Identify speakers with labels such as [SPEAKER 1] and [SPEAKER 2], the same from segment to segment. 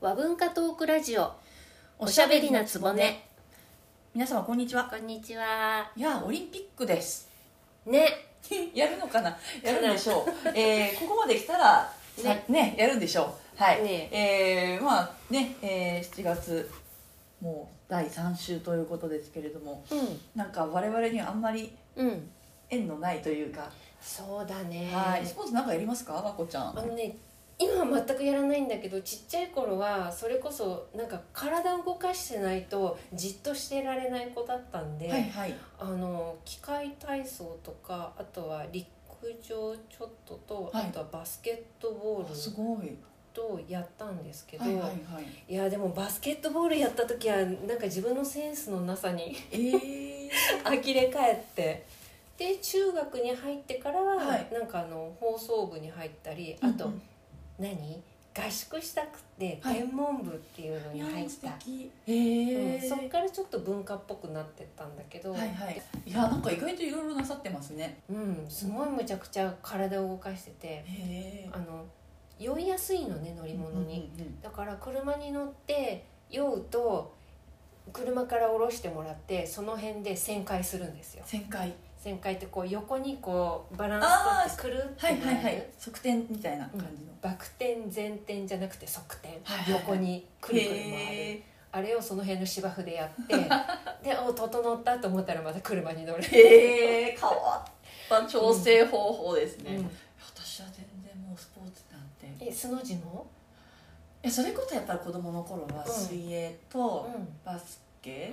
[SPEAKER 1] 和文化トークラジオおしゃべりなつぼね
[SPEAKER 2] 皆様こんにちは
[SPEAKER 1] こんにちはい
[SPEAKER 2] やーオリンピックです
[SPEAKER 1] ね
[SPEAKER 2] やるのかなやるんでしょう、えーここまで来たらさ
[SPEAKER 1] ね
[SPEAKER 2] ねやるんでしょうはい、
[SPEAKER 1] ね
[SPEAKER 2] えーまあね、えー7月もう第3週ということですけれどもなんか我々にはあんまり
[SPEAKER 1] うんうん
[SPEAKER 2] 縁のないというか、
[SPEAKER 1] そうだね
[SPEAKER 2] はいスポーツなんかやりますかまこちゃん
[SPEAKER 1] あのね今は全くやらないんだけどちっちゃい頃はそれこそなんか体を動かしてないとじっとしてられない子だったんで、
[SPEAKER 2] はいはい
[SPEAKER 1] あの機械体操とかあとは陸上ちょっとと、
[SPEAKER 2] は
[SPEAKER 1] あ
[SPEAKER 2] い
[SPEAKER 1] とはバスケットボ
[SPEAKER 2] あす
[SPEAKER 1] ール
[SPEAKER 2] ごい
[SPEAKER 1] とやったんですけど、
[SPEAKER 2] はいはいはい
[SPEAKER 1] いやでもバスケットボールやった時はなんか自分のセンスのなさに
[SPEAKER 2] えー、
[SPEAKER 1] 呆れ返ってで中学に入ってからは、
[SPEAKER 2] はい
[SPEAKER 1] なんかあの放送部に入ったりあと、
[SPEAKER 2] うん
[SPEAKER 1] 何合宿したくて
[SPEAKER 2] はい
[SPEAKER 1] 天文部っていうの
[SPEAKER 2] い
[SPEAKER 1] に
[SPEAKER 2] や
[SPEAKER 1] 入っ
[SPEAKER 2] ー素
[SPEAKER 1] た、
[SPEAKER 2] 敵えー
[SPEAKER 1] うんそっからちょっと文化っぽくなってったんだけど、
[SPEAKER 2] はいはいいやなんか意外といろいろなさってますね
[SPEAKER 1] うん、すごいむちゃくちゃ体を動かしてて
[SPEAKER 2] へ
[SPEAKER 1] あの酔いやすいのね乗り物に、だから車に乗って酔うと車から降ろしてもらってその辺で旋回するんですよ
[SPEAKER 2] 旋回
[SPEAKER 1] 旋回ってこう横にこうバランス取ってくるって
[SPEAKER 2] はいいうはいはい側転みたいな感じの、
[SPEAKER 1] バク転前転じゃなくて側転、
[SPEAKER 2] はいはいはい
[SPEAKER 1] 横にくるくる回る
[SPEAKER 2] へ
[SPEAKER 1] あれをその辺の芝生でや ってでお整ったと思ったらまた車に乗る、
[SPEAKER 2] えへえ変わった調整方法ですね、
[SPEAKER 1] うん
[SPEAKER 2] 私は全然もうスポーツなんて
[SPEAKER 1] え素の字も、
[SPEAKER 2] えそれこそやっぱり子供の頃は
[SPEAKER 1] うん
[SPEAKER 2] 水泳
[SPEAKER 1] うん
[SPEAKER 2] と
[SPEAKER 1] うん
[SPEAKER 2] バスケ、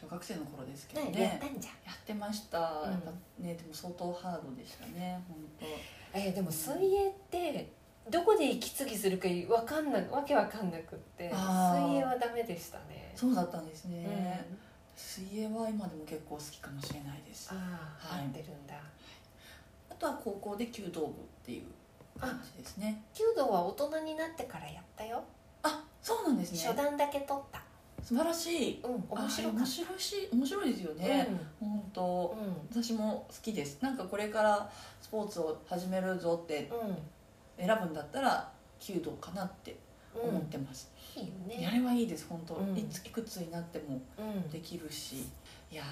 [SPEAKER 2] 小学生の頃ですけど
[SPEAKER 1] ね
[SPEAKER 2] ね
[SPEAKER 1] やったんじゃん
[SPEAKER 2] やってました、
[SPEAKER 1] ん
[SPEAKER 2] やっぱねでも相当ハードでしたね本当
[SPEAKER 1] えでも水泳ってどこで息継ぎするかわかんないわけわかんなくって水
[SPEAKER 2] あー
[SPEAKER 1] 泳はダメでしたね、
[SPEAKER 2] そうだったんです
[SPEAKER 1] う
[SPEAKER 2] ね、
[SPEAKER 1] ん、
[SPEAKER 2] 水泳は今でも結構好きかもしれないです
[SPEAKER 1] ああ、
[SPEAKER 2] はい
[SPEAKER 1] 合ってるんだ
[SPEAKER 2] あとは高校で弓道部っていう感じですね
[SPEAKER 1] 弓道は大人になってからやったよ、
[SPEAKER 2] あそうなんですね
[SPEAKER 1] 初段だけ取った
[SPEAKER 2] 素晴らしい
[SPEAKER 1] うん面白
[SPEAKER 2] あ
[SPEAKER 1] か
[SPEAKER 2] 面
[SPEAKER 1] っ
[SPEAKER 2] 白いし面白いですよ
[SPEAKER 1] た
[SPEAKER 2] ね、本
[SPEAKER 1] う
[SPEAKER 2] 当
[SPEAKER 1] んうん
[SPEAKER 2] 私も好きですなんかこれからスポーツを始めるぞって選ぶんだったら弓道かなっ
[SPEAKER 1] うん、
[SPEAKER 2] て
[SPEAKER 1] うん
[SPEAKER 2] 思ってます、
[SPEAKER 1] いいよ
[SPEAKER 2] あ
[SPEAKER 1] ね、
[SPEAKER 2] れはいいです本当、
[SPEAKER 1] うん
[SPEAKER 2] いついくつになっても
[SPEAKER 1] うん、
[SPEAKER 2] できるしいや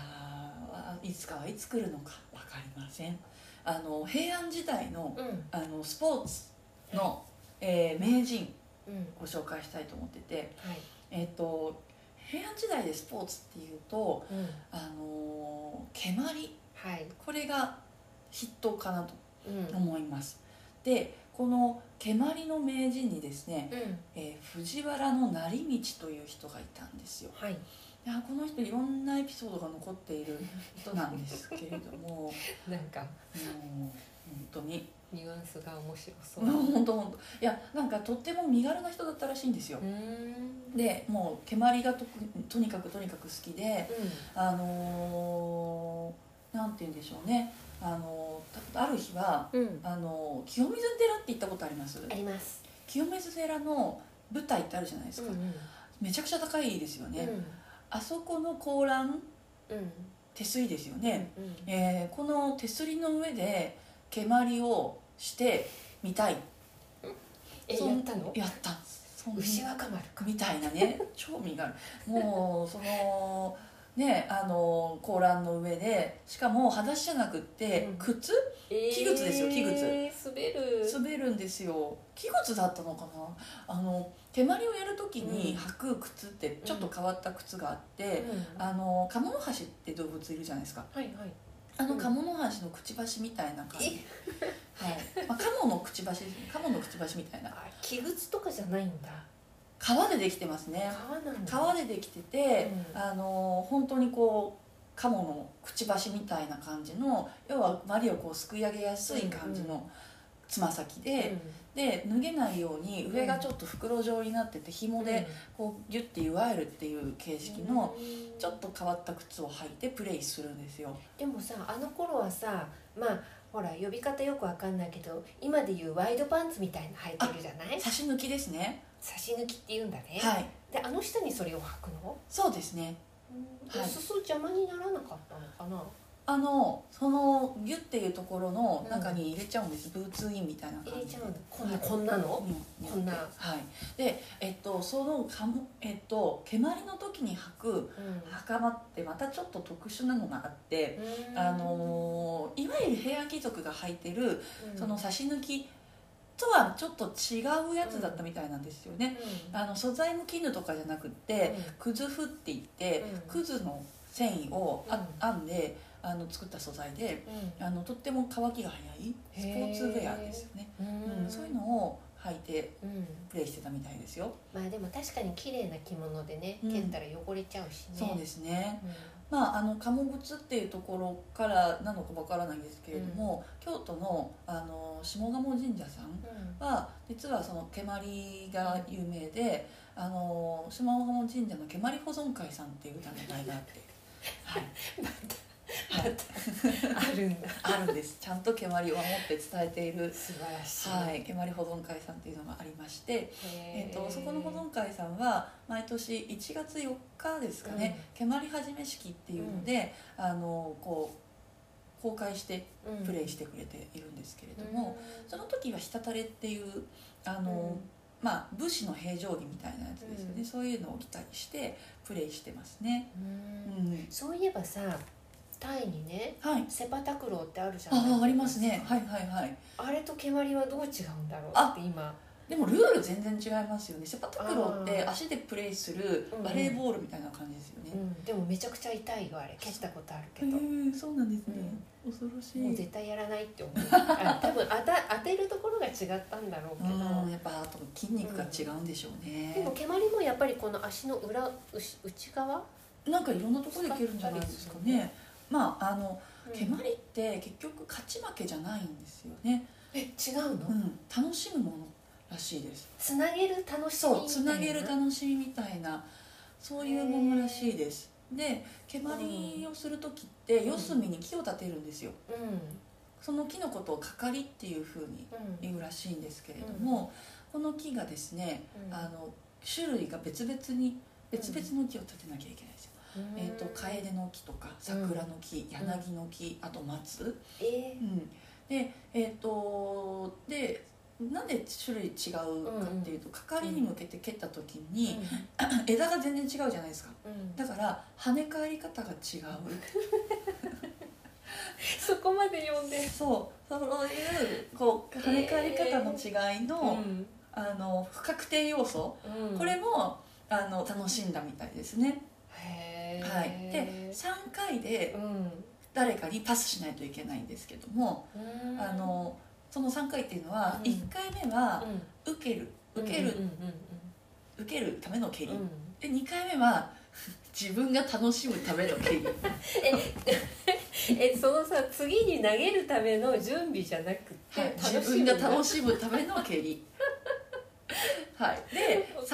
[SPEAKER 2] ーいつかはいつ来るのかわかりませんあの平安時代の
[SPEAKER 1] うん
[SPEAKER 2] あのスポーツの、えー名人
[SPEAKER 1] うん
[SPEAKER 2] ご紹介したいと思ってて、
[SPEAKER 1] はい
[SPEAKER 2] えっと平安時代でスポーツっていうと、
[SPEAKER 1] うん
[SPEAKER 2] あのー蹴鞠
[SPEAKER 1] はい
[SPEAKER 2] これが筆頭かなと
[SPEAKER 1] うんうん
[SPEAKER 2] 思います、でこの蹴鞠の名人にですね、えー藤原の成道という人がいたんですよ
[SPEAKER 1] はい
[SPEAKER 2] いやこの人いろんなエピソードが残っている人なんですけれども も
[SPEAKER 1] なんか
[SPEAKER 2] う本当に
[SPEAKER 1] ニュアンスが面白そう
[SPEAKER 2] もう本当本当いやなんかとっても身軽な人だったらしいんですよ
[SPEAKER 1] うーん
[SPEAKER 2] でもう蹴鞠がととにかくとにかく好きであのーなんて言うんでしょうねあのーたある日は
[SPEAKER 1] うんうん
[SPEAKER 2] あのー清水寺って行ったことあります
[SPEAKER 1] あります
[SPEAKER 2] 清水寺の舞台ってあるじゃないですか、めちゃくちゃ高いですよね、あそこの高覧
[SPEAKER 1] うんうん
[SPEAKER 2] 手すりですよね、
[SPEAKER 1] うんうん
[SPEAKER 2] えーこの手すりの上で蹴鞠をしてみたい
[SPEAKER 1] え
[SPEAKER 2] そん
[SPEAKER 1] やったの
[SPEAKER 2] やったんですそんな
[SPEAKER 1] 牛若丸か
[SPEAKER 2] みたい なね超身軽もうそのねあの高欄の上でしかも裸足じゃなくって
[SPEAKER 1] うん
[SPEAKER 2] 靴
[SPEAKER 1] 器
[SPEAKER 2] 器具ですよ器具
[SPEAKER 1] 滑る
[SPEAKER 2] 滑るんですよ器靴だったのかなあの手まりをやるとき
[SPEAKER 1] うん
[SPEAKER 2] に履く靴ってちょっと変わった靴があって、
[SPEAKER 1] うん
[SPEAKER 2] あのカモノハシって動物いるじゃないですか
[SPEAKER 1] はいはい
[SPEAKER 2] あの
[SPEAKER 1] うん
[SPEAKER 2] カモノハシのくちばしみたいな感じ、はいまあ、カモのくちばしですねカモのくちばしみたいな
[SPEAKER 1] あ器具とかじゃないんだ
[SPEAKER 2] 革でできてますね
[SPEAKER 1] 川なんだ
[SPEAKER 2] 革でできてて、
[SPEAKER 1] うん
[SPEAKER 2] あの本当にこうカモのくちばしみたいな感じの要はマリをこうすくい上げやすい感じのつま先で、で脱げないように上がちょっと袋状になってて
[SPEAKER 1] う
[SPEAKER 2] 紐
[SPEAKER 1] ん
[SPEAKER 2] でこうギュッていわゆるっていう形式の
[SPEAKER 1] うん
[SPEAKER 2] ちょっと変わった靴を履いてプレイするんですよ。
[SPEAKER 1] でもさあの頃はさまあほら呼び方よくわかんないけど今で言うワイドパンツみたいなの履いてるじゃない
[SPEAKER 2] 差し抜きですね。
[SPEAKER 1] 差し抜きって言うんだね
[SPEAKER 2] はい。
[SPEAKER 1] であの下にそれを履くの
[SPEAKER 2] そうですね。
[SPEAKER 1] うん
[SPEAKER 2] はい
[SPEAKER 1] お裾邪魔にならなかったのかな
[SPEAKER 2] あのそのギュッていうところの中に入れちゃうんです、ブーツインみたいな
[SPEAKER 1] 入
[SPEAKER 2] 感
[SPEAKER 1] れ
[SPEAKER 2] じ
[SPEAKER 1] ちゃうんだこんなこんなの
[SPEAKER 2] うん
[SPEAKER 1] こんな
[SPEAKER 2] はいでえっとそのかもえっと蹴鞠の時に履く袴ってまたちょっと特殊なのがあって、
[SPEAKER 1] うん
[SPEAKER 2] あのーいわゆる平安貴族が履いてる
[SPEAKER 1] うん
[SPEAKER 2] その差し抜きとはちょっと違うやつだったみたいなんですよね、
[SPEAKER 1] うん
[SPEAKER 2] あの素材も絹とかじゃなくって、くずふって言って、
[SPEAKER 1] うん
[SPEAKER 2] くずの繊維をあ
[SPEAKER 1] う
[SPEAKER 2] 編んであの作った素材であのとっても乾きが早いスポーツウェアですよね、
[SPEAKER 1] うん
[SPEAKER 2] うんそういうのを履いて
[SPEAKER 1] うん
[SPEAKER 2] プレイしてたみたいですよ、
[SPEAKER 1] まあでも確かに綺麗な着物でね
[SPEAKER 2] うん
[SPEAKER 1] 蹴ったら汚れちゃうしね
[SPEAKER 2] そうですね
[SPEAKER 1] うん
[SPEAKER 2] まああの鴨靴っていうところからなのかわからないんですけれども、京都のあの下鴨神社さん
[SPEAKER 1] うん
[SPEAKER 2] は実はその蹴鞠が有名で、あの下鴨神社の蹴鞠保存会さんっていう団体があって、はい、はい
[SPEAKER 1] あるんだ
[SPEAKER 2] あるんですちゃんと蹴鞠を守って伝えている、
[SPEAKER 1] 素晴らしい
[SPEAKER 2] はい、蹴鞠保存会さんっていうのがありまして、え
[SPEAKER 1] え
[SPEAKER 2] っとそこの保存会さんは毎年1月4日ですかね、蹴鞠始め式っていうので、あのこう公開してプレイしてくれているんですけれども、その時は「たたれ」っていうあの、まあ、武士の平常着みたいなやつですよね、
[SPEAKER 1] うん
[SPEAKER 2] そういうのを着たりしてプレイしてますね。うん
[SPEAKER 1] そういえばさタイにね
[SPEAKER 2] はい
[SPEAKER 1] セパタクローってあるじゃない
[SPEAKER 2] ああありますねはいはいはい
[SPEAKER 1] あれと蹴鞠はどう違うんだろう
[SPEAKER 2] あ
[SPEAKER 1] って今
[SPEAKER 2] でもルール全然違いますよねセパタクローって
[SPEAKER 1] あー
[SPEAKER 2] 足でプレイするバレーボールみたいな感じですよ
[SPEAKER 1] う
[SPEAKER 2] ね、
[SPEAKER 1] んでもめちゃくちゃ痛いよあれ蹴ったことあるけ
[SPEAKER 2] へ
[SPEAKER 1] ど
[SPEAKER 2] えそうなんですね、恐ろし
[SPEAKER 1] もう
[SPEAKER 2] い
[SPEAKER 1] 絶対やらないって思うあ多分当た当てるところが違ったんだろうけ
[SPEAKER 2] うん
[SPEAKER 1] ど
[SPEAKER 2] やっぱあと筋肉が違うんでしょうね、
[SPEAKER 1] でも蹴鞠もやっぱりこの足の裏うし内側
[SPEAKER 2] なんかいろんなところでいけるんじゃないですかねまああの
[SPEAKER 1] うん
[SPEAKER 2] 蹴鞠って結局勝ち負けじゃないんですよね、
[SPEAKER 1] え違うの、
[SPEAKER 2] うん、楽しむものらしいです
[SPEAKER 1] つなげる楽しみ
[SPEAKER 2] そうつなげる
[SPEAKER 1] みたい
[SPEAKER 2] 楽しみみたいなそういうものらしいですで蹴鞠をする時って四隅に木を立てるんですよその木のことを「かかり」っていうふうに
[SPEAKER 1] うんうん
[SPEAKER 2] 言うらしいんですけれども、この木がですね、
[SPEAKER 1] うん
[SPEAKER 2] あの種類が別々に別々の木を立てなきゃいけないんですよ、
[SPEAKER 1] うん
[SPEAKER 2] えー、と楓の木とか桜の木、柳の木あと松、
[SPEAKER 1] え
[SPEAKER 2] うん、でえっ、とでなんで種類違うかっていうと、かかりに向けて蹴った時
[SPEAKER 1] ー
[SPEAKER 2] に、 枝が全然違うじゃないですか
[SPEAKER 1] うんうん
[SPEAKER 2] だから跳ね返り方が違う
[SPEAKER 1] そこまで読んで
[SPEAKER 2] そうそういうこう跳ね返り方の違いの、
[SPEAKER 1] ん
[SPEAKER 2] あの不確定要素、
[SPEAKER 1] うん
[SPEAKER 2] これもあの楽しんだみたいですね、
[SPEAKER 1] へー
[SPEAKER 2] はいで3回で
[SPEAKER 1] うん
[SPEAKER 2] 誰かにパスしないといけないんですけども、
[SPEAKER 1] うん
[SPEAKER 2] あのその3回っていうのは、
[SPEAKER 1] うん
[SPEAKER 2] 1回目は
[SPEAKER 1] う
[SPEAKER 2] 受ける
[SPEAKER 1] ん
[SPEAKER 2] 受ける、
[SPEAKER 1] うんうん
[SPEAKER 2] 受けるための蹴り、
[SPEAKER 1] うんうん
[SPEAKER 2] で2回目は 自分が楽しむための蹴 り
[SPEAKER 1] えそのさ次に投げるための準備じゃなくて、
[SPEAKER 2] はい、
[SPEAKER 1] 楽
[SPEAKER 2] 自
[SPEAKER 1] し
[SPEAKER 2] 分
[SPEAKER 1] み
[SPEAKER 2] が
[SPEAKER 1] な
[SPEAKER 2] 楽しむための 蹴りはいで3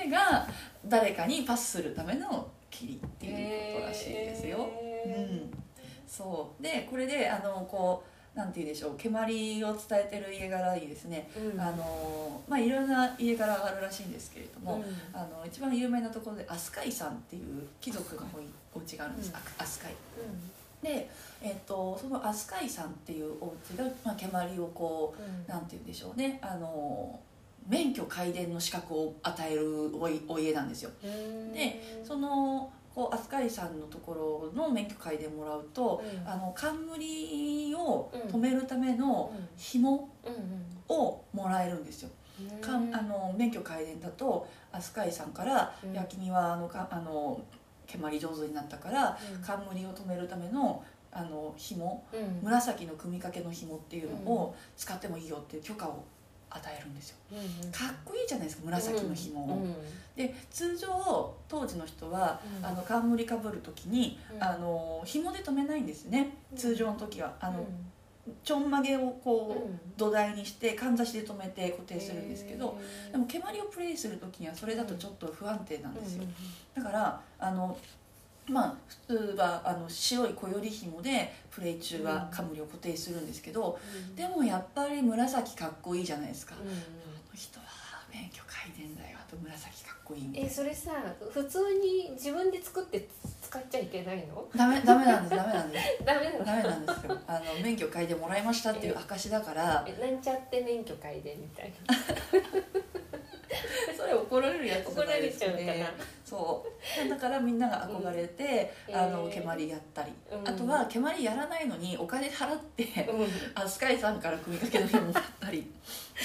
[SPEAKER 2] 回目が誰かにパスするための蹴りっていうことらしいですよ、
[SPEAKER 1] へー
[SPEAKER 2] うん、そうでこれであのこうなんて言うでしょう蹴鞠を伝えてる家柄にですね、
[SPEAKER 1] うん
[SPEAKER 2] あのまあいろんな家柄があるらしいんですけれど
[SPEAKER 1] う
[SPEAKER 2] も、
[SPEAKER 1] ん
[SPEAKER 2] あの一番有名なところで飛鳥井さんっていう貴族のお家があるんです、
[SPEAKER 1] うん
[SPEAKER 2] あ飛鳥井で、えっとその飛鳥井さんっていうお家が、まあ、蹴鞠をこ
[SPEAKER 1] うんうん
[SPEAKER 2] うなんて言うんでしょうねあの免許改伝の資格を与えるおいお家なんですよ
[SPEAKER 1] うん
[SPEAKER 2] でそのこう飛鳥井さんのところの免許改伝もらうと、
[SPEAKER 1] うん
[SPEAKER 2] あの冠を止めるための紐
[SPEAKER 1] うんうん
[SPEAKER 2] をもらえるんですよ、
[SPEAKER 1] うん
[SPEAKER 2] かんあの免許改伝だと飛鳥井さんから
[SPEAKER 1] う
[SPEAKER 2] 「
[SPEAKER 1] ん
[SPEAKER 2] いや君はあのかあの蹴鞠上手になったから冠を止めるためのあの紐
[SPEAKER 1] うんうん
[SPEAKER 2] 紫の組み掛けの紐っていうのを使ってもいいよっていう許可を与えるんですよ
[SPEAKER 1] うん
[SPEAKER 2] かっこいいじゃないですか紫の紐を、
[SPEAKER 1] うんうん
[SPEAKER 2] で通常当時の人は
[SPEAKER 1] うん
[SPEAKER 2] あの冠かぶる時に、
[SPEAKER 1] うん
[SPEAKER 2] あの紐で止めないんですね
[SPEAKER 1] うん
[SPEAKER 2] 通常の時はあの、
[SPEAKER 1] うん
[SPEAKER 2] ちょんまげをこう、
[SPEAKER 1] うん
[SPEAKER 2] 土台にしてかんざしで止めて固定するんですけど、
[SPEAKER 1] へー
[SPEAKER 2] でも蹴鞠をプレイする時にはそれだとちょっと不安定なんですよ、
[SPEAKER 1] う
[SPEAKER 2] だからあのまあ普通はあの白い小より紐でプレイ中は冠を固定するんですけど、
[SPEAKER 1] んうんうん
[SPEAKER 2] でもやっぱり紫かっこいいじゃないですか、
[SPEAKER 1] うんうん
[SPEAKER 2] あの人は免許改伝だよあと紫かっこいいみたい
[SPEAKER 3] え
[SPEAKER 2] な
[SPEAKER 3] それさ普通に自分で作って使っちゃいけないの
[SPEAKER 2] ダメダメなんですダメなんです
[SPEAKER 3] ダメ
[SPEAKER 2] ダ
[SPEAKER 3] な
[SPEAKER 2] メ
[SPEAKER 3] の
[SPEAKER 2] なんですよあの免許改伝もらいましたっていう証だから
[SPEAKER 3] えなんちゃって免許改伝みたい
[SPEAKER 2] それ怒られるや
[SPEAKER 3] な
[SPEAKER 2] つ
[SPEAKER 3] 怒られちゃうかな、
[SPEAKER 2] そうだからみんなが憧れて、
[SPEAKER 3] う ん
[SPEAKER 2] あの
[SPEAKER 3] えー
[SPEAKER 2] 蹴鞠やったり、
[SPEAKER 3] うん
[SPEAKER 2] あとは蹴鞠やらないのにお金払って、
[SPEAKER 3] うん
[SPEAKER 2] あスカイさんから組みかけの日もらったり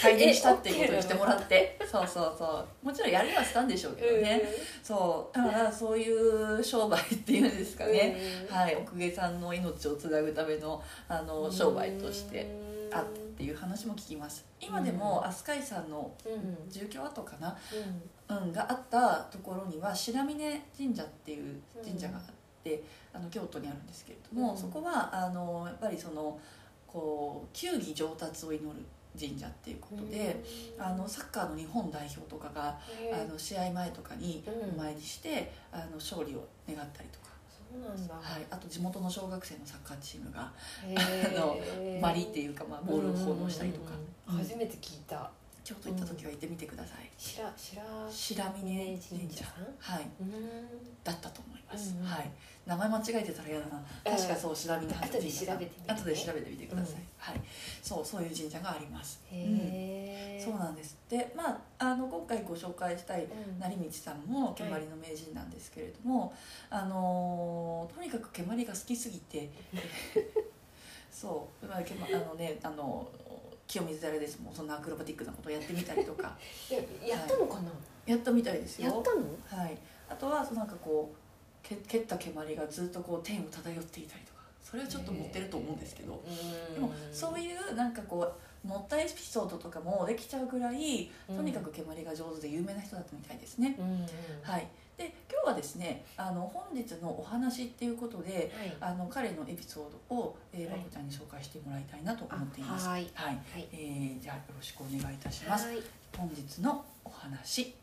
[SPEAKER 2] 改善したっていうことにしてもらってそうそうそうもちろんやりはしたんでしょうけどね、そうだからそういう商売っていうんですかね、はい奥下さんの命をつなぐためのあ
[SPEAKER 3] う
[SPEAKER 2] の
[SPEAKER 3] ん
[SPEAKER 2] 商売としてあっていう話も聞きます今でも飛鳥井さんの
[SPEAKER 3] うんうん
[SPEAKER 2] 住居跡かな、
[SPEAKER 3] うん
[SPEAKER 2] うん、があったところには白峰神社っていう神社があって、あの京都にあるんですけれども、
[SPEAKER 3] うん
[SPEAKER 2] そこはあのやっぱりそのこう球技上達を祈る神社っていうことで、
[SPEAKER 3] うん
[SPEAKER 2] あのサッカーの日本代表とかが、
[SPEAKER 3] へえ
[SPEAKER 2] あの試合前とかに
[SPEAKER 3] うん
[SPEAKER 2] お参りして、あの勝利を願ったりとか、
[SPEAKER 3] そうなんだ、
[SPEAKER 2] はい、あと地元の小学生のサッカーチームが
[SPEAKER 3] へえ
[SPEAKER 2] マリっていうか、まあ、ボールを奉納したりとか、
[SPEAKER 3] うんうんうん
[SPEAKER 2] うん
[SPEAKER 3] 初めて聞いた
[SPEAKER 2] 京都行った時は行ってみてください。
[SPEAKER 3] 白白
[SPEAKER 2] 白峰
[SPEAKER 3] 峰
[SPEAKER 2] 神
[SPEAKER 3] 神
[SPEAKER 2] 社
[SPEAKER 3] 社
[SPEAKER 2] はい
[SPEAKER 3] うん
[SPEAKER 2] だったと思います、
[SPEAKER 3] うんうん
[SPEAKER 2] はい名前間違えてたら嫌だな確かそう調べに入ってみた
[SPEAKER 3] 後で調べてみてね
[SPEAKER 2] 後で調べてみてください、
[SPEAKER 3] うん
[SPEAKER 2] はいそうそういう神社があります
[SPEAKER 3] へえ
[SPEAKER 2] そうなんですでまああの今回ご紹介したい
[SPEAKER 3] うん
[SPEAKER 2] 成道さんも蹴鞠の名人なんですけれども、あのーとにかく蹴鞠が好きすぎ てそう、まあ、蹴鞠あのねあの清水寺ですもんそんなアクロバティックなことをやってみたりとか
[SPEAKER 3] ややったのかな、
[SPEAKER 2] やったみたいですよ
[SPEAKER 3] やったの
[SPEAKER 2] はい、あとはそのなんかこうけ蹴った蹴鞠がずっとこう天を漂っていたりとかそれはちょっと持ってると思うんですけど、でもそう
[SPEAKER 3] い
[SPEAKER 2] いうなんかこう乗ったエピソードとかもできちゃうぐらいとにかく蹴鞠が上手で有名な人だったみたいですね、
[SPEAKER 3] うん、うんは
[SPEAKER 2] はいで今日はですねあの本日のお話っていうことで
[SPEAKER 3] い
[SPEAKER 2] あの彼のエピソードを、えー、
[SPEAKER 3] は
[SPEAKER 2] 和
[SPEAKER 3] い
[SPEAKER 2] 子ちゃんに紹介してもらいたいなと思っています
[SPEAKER 3] あ
[SPEAKER 2] は
[SPEAKER 3] はいい、はい
[SPEAKER 2] えーじゃあよろしくお願いいたします
[SPEAKER 3] はい
[SPEAKER 2] 本日のお話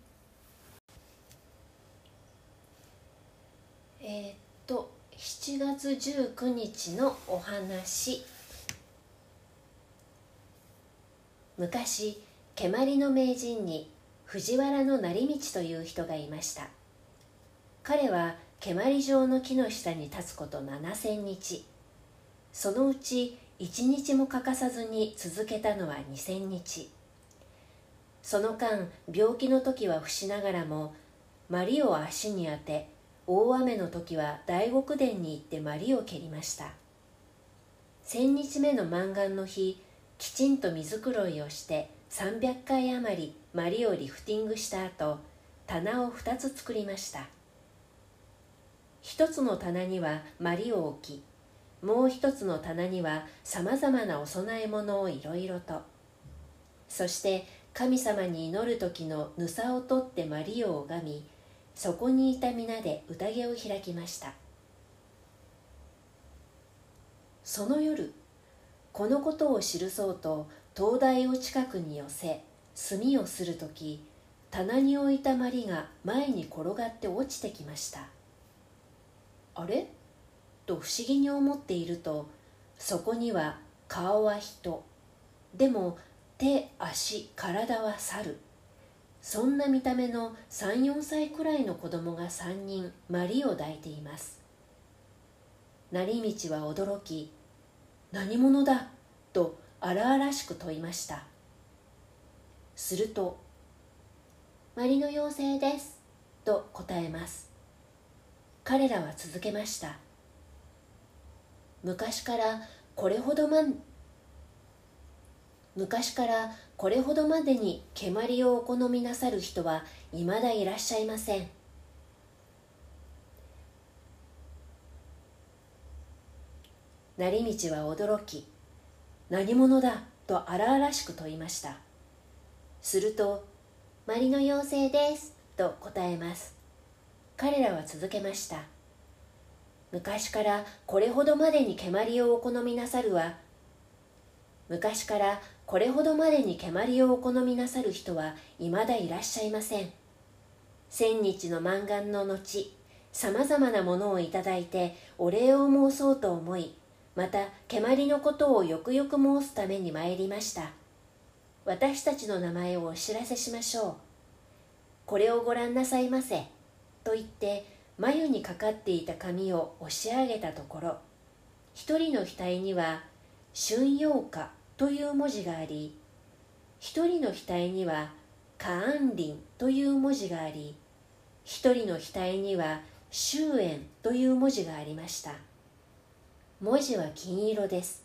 [SPEAKER 3] えーっと7月19日のお話昔蹴鞠の名人に藤原の成道という人がいました彼は蹴鞠場の木の下に立つこと7,000日そのうち1日も欠かさずに続けたのは2,000日その間病気の時は伏しながらも鞠を足に当て大雨の時は大極殿に行って鞠を蹴りました千日目の満願の日きちんと水黒いをして300回余り鞠をリフティングした後棚を2つ作りました一つの棚には鞠を置きもう一つの棚にはさまざまなお供え物をいろいろとそして神様に祈る時のぬさを取って鞠を拝みそこにいた皆で宴を開きましたその夜このことを記そうと灯台を近くに寄せ炭をする時棚に置いたまりが前に転がって落ちてきましたあれと不思議に思っているとそこには顔は人でも手足体は猿そんな見た目の34歳くらいの子供が3人マリを抱いています成道は驚き「何者だ!」と荒々しく問いましたすると「マリの妖精です」と答えます彼らは続けました昔からこれほどまん昔からこれほどまでに蹴鞠をお好みなさる人はいまだいらっしゃいません成道は驚き「何者だ」と荒々しく問いましたすると「マリの妖精です」と答えます彼らは続けました昔からこれほどまでに蹴鞠をお好みなさるは昔からこれほどまでに蹴鞠をお好みなさる人はいまだいらっしゃいません千日の満願の後さまざまなものをいただいてお礼を申そうと思いまた蹴鞠のことをよくよく申すために参りました私たちの名前をお知らせしましょう。これをご覧なさいませ。と言って、眉にかかっていた紙を押し上げたところ、一人の額には、春陽花という文字があり、一人の額には、下安林という文字があり、一人の額には、終焉という文字がありました。文字は金色です。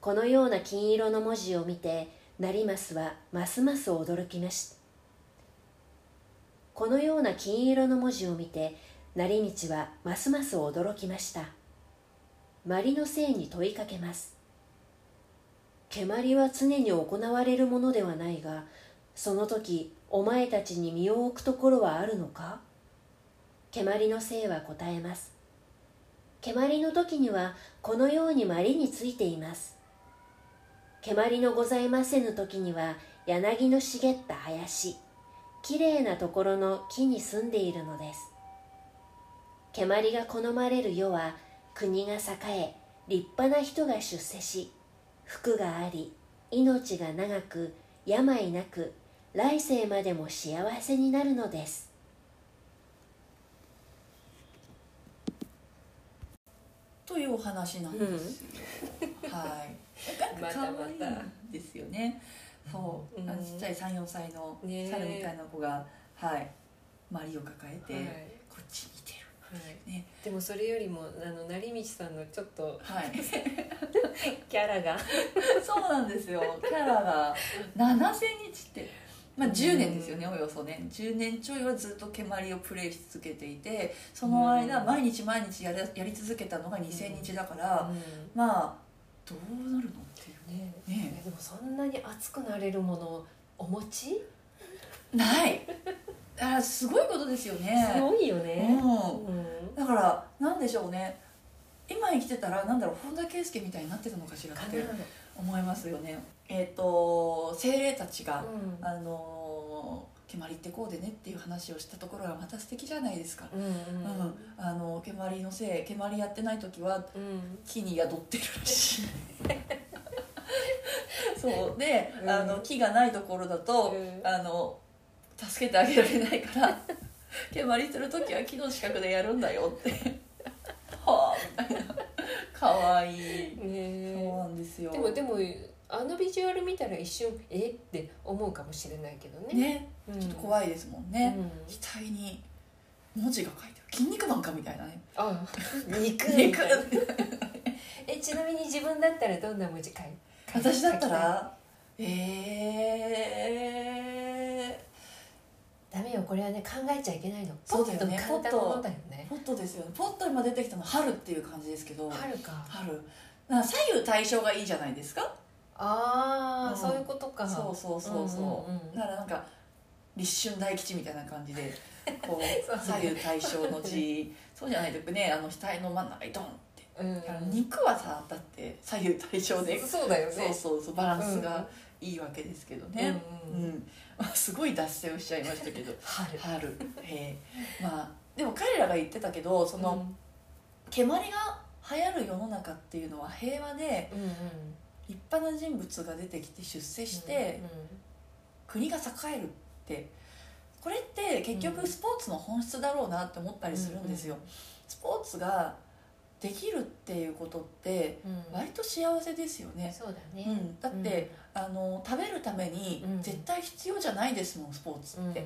[SPEAKER 3] このような金色の文字を見て成増はますます驚きましたこのような金色の文字を見て成道はますます驚きましたまりのせいに問いかけます蹴鞠は常に行われるものではないがその時お前たちに身を置くところはあるのか蹴鞠のせいは答えます蹴鞠の時にはこのようにまりについています蹴鞠のございませぬ時には柳の茂った林きれいなところの木に住んでいるのです蹴鞠が好まれる世は国が栄え立派な人が出世し福があり命が長く病なく来世までも幸せになるのです
[SPEAKER 2] というお話なんですよ、はいなんか可愛いんですよねそう、あの
[SPEAKER 1] うん
[SPEAKER 2] ちっちゃい34歳の
[SPEAKER 1] ねえ
[SPEAKER 2] 猿みたいな子が、はいマリを抱えて、
[SPEAKER 1] はい
[SPEAKER 2] こっちに出る
[SPEAKER 1] はい
[SPEAKER 2] ね
[SPEAKER 1] でもそれよりもあの成道さんのちょっと
[SPEAKER 2] はい
[SPEAKER 1] キャラが
[SPEAKER 2] そうなんですよキャラが7000日ってまあ10年ですよね、およそね10年ちょいはずっと蹴鞠をプレイし続けていてその間、
[SPEAKER 1] うん
[SPEAKER 2] 毎日毎日やりやり続けたのが2000日だから、
[SPEAKER 1] う
[SPEAKER 2] まあどうなるのってい
[SPEAKER 1] んね
[SPEAKER 2] うね
[SPEAKER 1] でもそんなに熱くなれるものをお持ち、
[SPEAKER 2] ないあすごいことですよ
[SPEAKER 1] す
[SPEAKER 2] ね
[SPEAKER 1] ごいよね、
[SPEAKER 2] うん
[SPEAKER 1] うん
[SPEAKER 2] だからなんでしょうね今生きてたらなんだろう本田圭佑みたいになってたのかしらっ
[SPEAKER 1] か
[SPEAKER 2] て思いますよねえっ、と精霊たち
[SPEAKER 1] なう
[SPEAKER 2] が、
[SPEAKER 1] ん
[SPEAKER 2] あのー蹴鞠ってこうでねっていう話をしたところがまた素敵じゃないですか、
[SPEAKER 1] うん
[SPEAKER 2] うんあの蹴鞠のせい蹴鞠やってない時は
[SPEAKER 1] うんうん
[SPEAKER 2] 木に宿ってる らしいそうで、
[SPEAKER 1] うん
[SPEAKER 2] あの木がないところだと、
[SPEAKER 1] うん
[SPEAKER 2] あの助けてあげられないから 蹴鞠する時は木の近くでやるんだよって はあみたいなかわいい
[SPEAKER 1] ね
[SPEAKER 2] そう
[SPEAKER 1] え
[SPEAKER 2] なんですよ
[SPEAKER 1] でもでもあのビジュアル見たら一瞬えって思うかもしれないけどね
[SPEAKER 2] ね
[SPEAKER 1] うん
[SPEAKER 2] ちょっと怖いですもんね、額に文字が書いてある筋肉マンかみたいなね
[SPEAKER 1] うんあ肉
[SPEAKER 2] 肉
[SPEAKER 1] えちなみに自分だったらどんな文字書い書い
[SPEAKER 2] 私だったらえ
[SPEAKER 1] ダメよこれはね考えちゃいけないの
[SPEAKER 2] そうだよね
[SPEAKER 1] ポッと簡単なものだよ
[SPEAKER 2] ー、
[SPEAKER 1] ね
[SPEAKER 2] ポットですよねポット今出てきたの春っていう感じですけど
[SPEAKER 1] はるか
[SPEAKER 2] 春な左右対称がいいじゃないですか
[SPEAKER 1] ああ、
[SPEAKER 2] うん
[SPEAKER 1] そういうことか
[SPEAKER 2] そうそうそうそう,、
[SPEAKER 1] うんうんうん
[SPEAKER 2] だからなんか立春大吉みたいな感 じでこ
[SPEAKER 1] そう
[SPEAKER 2] う左右対称 の字そうじゃないとねあの額の真ん中にドンって
[SPEAKER 1] うん、
[SPEAKER 2] 肉はさだって左右対称で
[SPEAKER 1] そうだよね
[SPEAKER 2] そうそうそうバランスがいいわけですけどね、
[SPEAKER 1] う
[SPEAKER 2] うんん
[SPEAKER 1] うん
[SPEAKER 2] すごい脱線をしちゃいましたけど
[SPEAKER 1] 春
[SPEAKER 2] 春へえまあでも彼らが言ってたけどその、蹴鞠が流行る世の中っていうのは平和で
[SPEAKER 1] うんうん
[SPEAKER 2] 立派な人物が出てきて出世して、国が栄えるってこれって結
[SPEAKER 1] うん
[SPEAKER 2] 局スポーツの本質だろうなって思ったりするんですよ、スポーツができるっていうことって
[SPEAKER 1] うんうんうん
[SPEAKER 2] 割と幸せですよね、
[SPEAKER 1] そうだ
[SPEAKER 2] う
[SPEAKER 1] ね、
[SPEAKER 2] ん、だって、あの食べるために
[SPEAKER 1] うん
[SPEAKER 2] 絶対必要じゃないですもんスポーツ
[SPEAKER 1] う
[SPEAKER 2] っ
[SPEAKER 1] ん
[SPEAKER 2] て、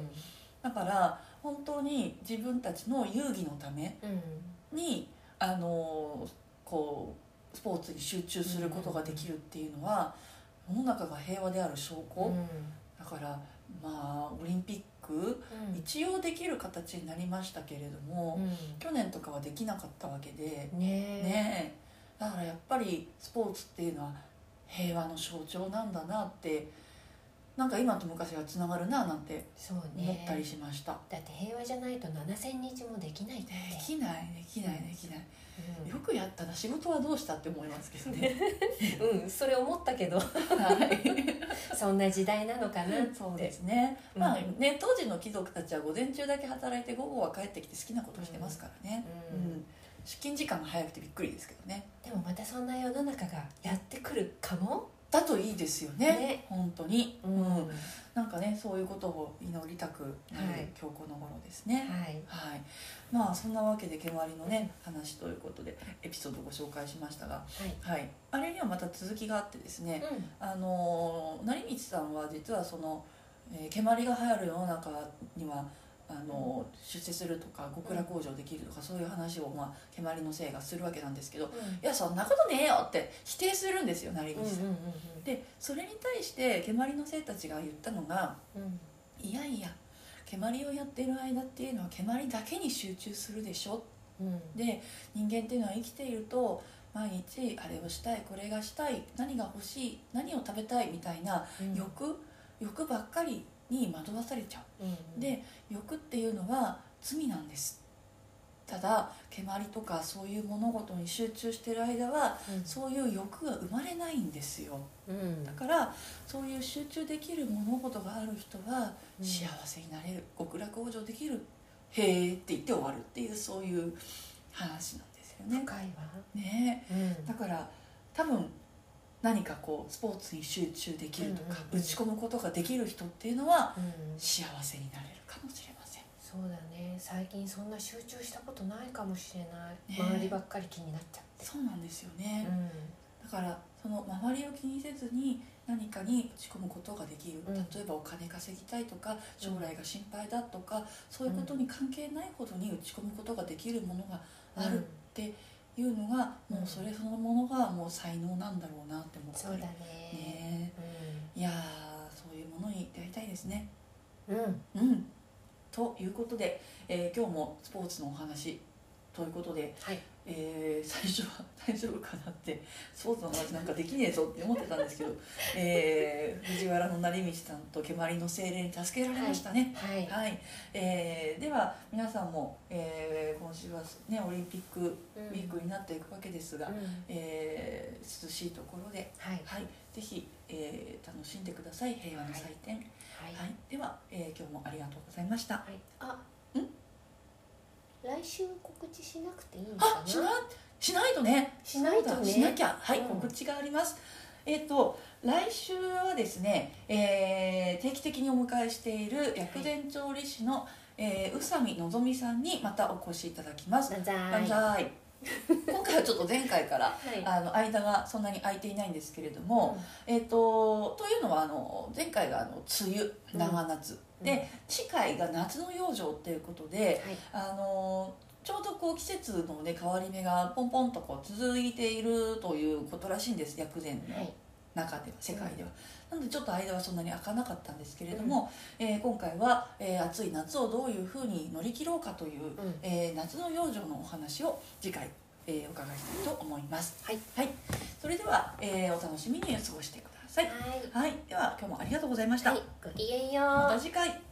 [SPEAKER 2] だから本当に自分たちの遊戯のため
[SPEAKER 1] うん
[SPEAKER 2] にあのこうスポーツに集中することができるっていうのは世の中が平和である証拠、
[SPEAKER 1] うん
[SPEAKER 2] だからまあオリンピック一応できる形になりましたけれども、
[SPEAKER 1] う
[SPEAKER 2] 去年とかはできなかったわけで、
[SPEAKER 1] んねえ
[SPEAKER 2] ねえだからやっぱりスポーツっていうのは平和の象徴なんだなってなんか今と昔がつながるななんて
[SPEAKER 1] そうね
[SPEAKER 2] 思ったりしました、
[SPEAKER 1] だって平和じゃないと7000日もできないって、
[SPEAKER 2] できないできないできない
[SPEAKER 1] うん
[SPEAKER 2] よくやったな仕事はどうしたって思いますけどね
[SPEAKER 1] うん、それ思ったけど
[SPEAKER 2] はい
[SPEAKER 1] そんな時代なのかなって
[SPEAKER 2] そうですね、まあ
[SPEAKER 1] うん
[SPEAKER 2] ね当時の貴族たちは午前中だけ働いて午後は帰ってきて好きなことしてますからね、
[SPEAKER 1] う
[SPEAKER 2] うんん出勤時間が早くてびっくりですけどね
[SPEAKER 1] でもまたそんな世の中がやってくるかも
[SPEAKER 2] だといいですよね
[SPEAKER 1] ね
[SPEAKER 2] 本当に、
[SPEAKER 1] う
[SPEAKER 2] うんん
[SPEAKER 1] は
[SPEAKER 2] なんかねそういうことを祈りたくな
[SPEAKER 1] は
[SPEAKER 2] る
[SPEAKER 1] い
[SPEAKER 2] 今日この頃ですね、
[SPEAKER 1] い
[SPEAKER 2] はい、まあそんなわけで蹴鞠のね話ということでエピソードをご紹介しましたが、はい、あれにはまた続きがあってですね、
[SPEAKER 1] うん
[SPEAKER 2] あのー成光さんは実はその、えー蹴鞠が流行る世の中にはあのー出世するとか極楽往生できるとかそういう話を、まあ、蹴鞠のせいがするわけなんですけど「いやそんなことねえよ」って否定するんですよ成
[SPEAKER 1] うん
[SPEAKER 2] 光さん。
[SPEAKER 1] うん
[SPEAKER 2] でそれに対して蹴鞠の生たちが言ったのが
[SPEAKER 1] うんうん
[SPEAKER 2] 「いやいや蹴鞠をやってる間っていうのは蹴鞠だけに集中するでしょ」
[SPEAKER 1] うん
[SPEAKER 2] で人間っていうのは生きていると毎日あれをしたいこれがしたい何が欲しい何を食べたいみたいな
[SPEAKER 1] うん
[SPEAKER 2] 欲、欲ばっかりに惑わされちゃ
[SPEAKER 1] うん
[SPEAKER 2] うで欲っていうのは罪なんですただ蹴鞠とかそういう物事に集中してる間は
[SPEAKER 1] うん
[SPEAKER 2] そういう欲が生まれないんですよ
[SPEAKER 3] うん
[SPEAKER 2] だからそういう集中できる物事がある人は
[SPEAKER 3] うん
[SPEAKER 2] 幸せになれる、極楽往生できるへーって言って終わるっていうそういう話なんですよね。
[SPEAKER 1] 深いわ
[SPEAKER 2] ね
[SPEAKER 1] うん
[SPEAKER 2] だから多分何かこうスポーツに集中できるとか、
[SPEAKER 1] うんうんうん
[SPEAKER 2] 打ち込むことができる人っていうのは
[SPEAKER 1] うん
[SPEAKER 2] 幸せになれるかもしれません。
[SPEAKER 1] そうだね最近そんな集中したことないかもしれない、
[SPEAKER 2] ね
[SPEAKER 1] 周りばっかり気になっちゃって
[SPEAKER 2] そうなんですよね、
[SPEAKER 1] うん
[SPEAKER 2] だからその周りを気にせずに何かに打ち込むことができる、
[SPEAKER 1] うん
[SPEAKER 2] 例えばお金稼ぎたいとか将来が心配だとか、そういうことに関係ないほどに打ち込むことができるものがあるっていうのが、
[SPEAKER 1] うん
[SPEAKER 2] もうそれそのものがもう才能なんだろうなって思っ
[SPEAKER 1] そうだ
[SPEAKER 2] て
[SPEAKER 1] ね
[SPEAKER 2] ねいやーそういうものに出会いたいですね。
[SPEAKER 1] うん、うん、
[SPEAKER 2] うん、ということで、えー今日もスポーツのお話ということで、
[SPEAKER 1] はい
[SPEAKER 2] えー最初は大丈夫かなってスポーツの話なんかできねえぞって思ってたんですけど、えー藤原の成道さんと蹴鞠の精霊に助けられましたね。
[SPEAKER 1] はい
[SPEAKER 2] はいえーでは皆さんも、えー今週は、ね、オリンピックウィークになっていくわけですが、
[SPEAKER 1] うん
[SPEAKER 2] えー涼しいところで、
[SPEAKER 1] はい
[SPEAKER 2] はい、ぜひ、えー楽しんでください平和の祭典。
[SPEAKER 1] はい、
[SPEAKER 2] はい、では、えー今日もありがとうございました。
[SPEAKER 1] はい、あ
[SPEAKER 2] ん
[SPEAKER 3] 来週告知しなくていいの
[SPEAKER 2] あ、
[SPEAKER 3] か
[SPEAKER 2] しな
[SPEAKER 3] な、
[SPEAKER 2] しないとね。
[SPEAKER 3] しないとね
[SPEAKER 2] そうだしなきゃ、はい、
[SPEAKER 3] うん
[SPEAKER 2] 告知があります。えっ、と、来週はですね、えー定期的にお迎えしている薬膳調理師の。えー宇佐美のぞみさんにまたお越しいただきます。
[SPEAKER 3] なんざー
[SPEAKER 2] 万
[SPEAKER 3] い
[SPEAKER 2] 歳。 今回はちょっと前回から。
[SPEAKER 3] はい
[SPEAKER 2] あの間がそんなに空いていないんですけれども、えっ、とというのはあの前回があの梅雨長夏、
[SPEAKER 1] うん
[SPEAKER 2] で次回が夏の養生っていうことで、
[SPEAKER 3] はい
[SPEAKER 2] あのちょうどこう季節のね変わり目がポンポンとこう続いているということらしいんです薬膳
[SPEAKER 3] は
[SPEAKER 2] の
[SPEAKER 3] い
[SPEAKER 2] 中では、世界では。なのでちょっと間はそんなに開かなかったんですけれども、えー今回は、えー暑い夏をどういうふうに乗り切ろうかという、
[SPEAKER 3] うん
[SPEAKER 2] えー夏の養生のお話を次回、えーお伺いしたいと思います。
[SPEAKER 3] はい、
[SPEAKER 2] それでは、えーお楽しみにお過ごしてください。
[SPEAKER 3] はい
[SPEAKER 2] はい、では今日もありがとうございました。
[SPEAKER 3] はいごきげんよう
[SPEAKER 2] また次回。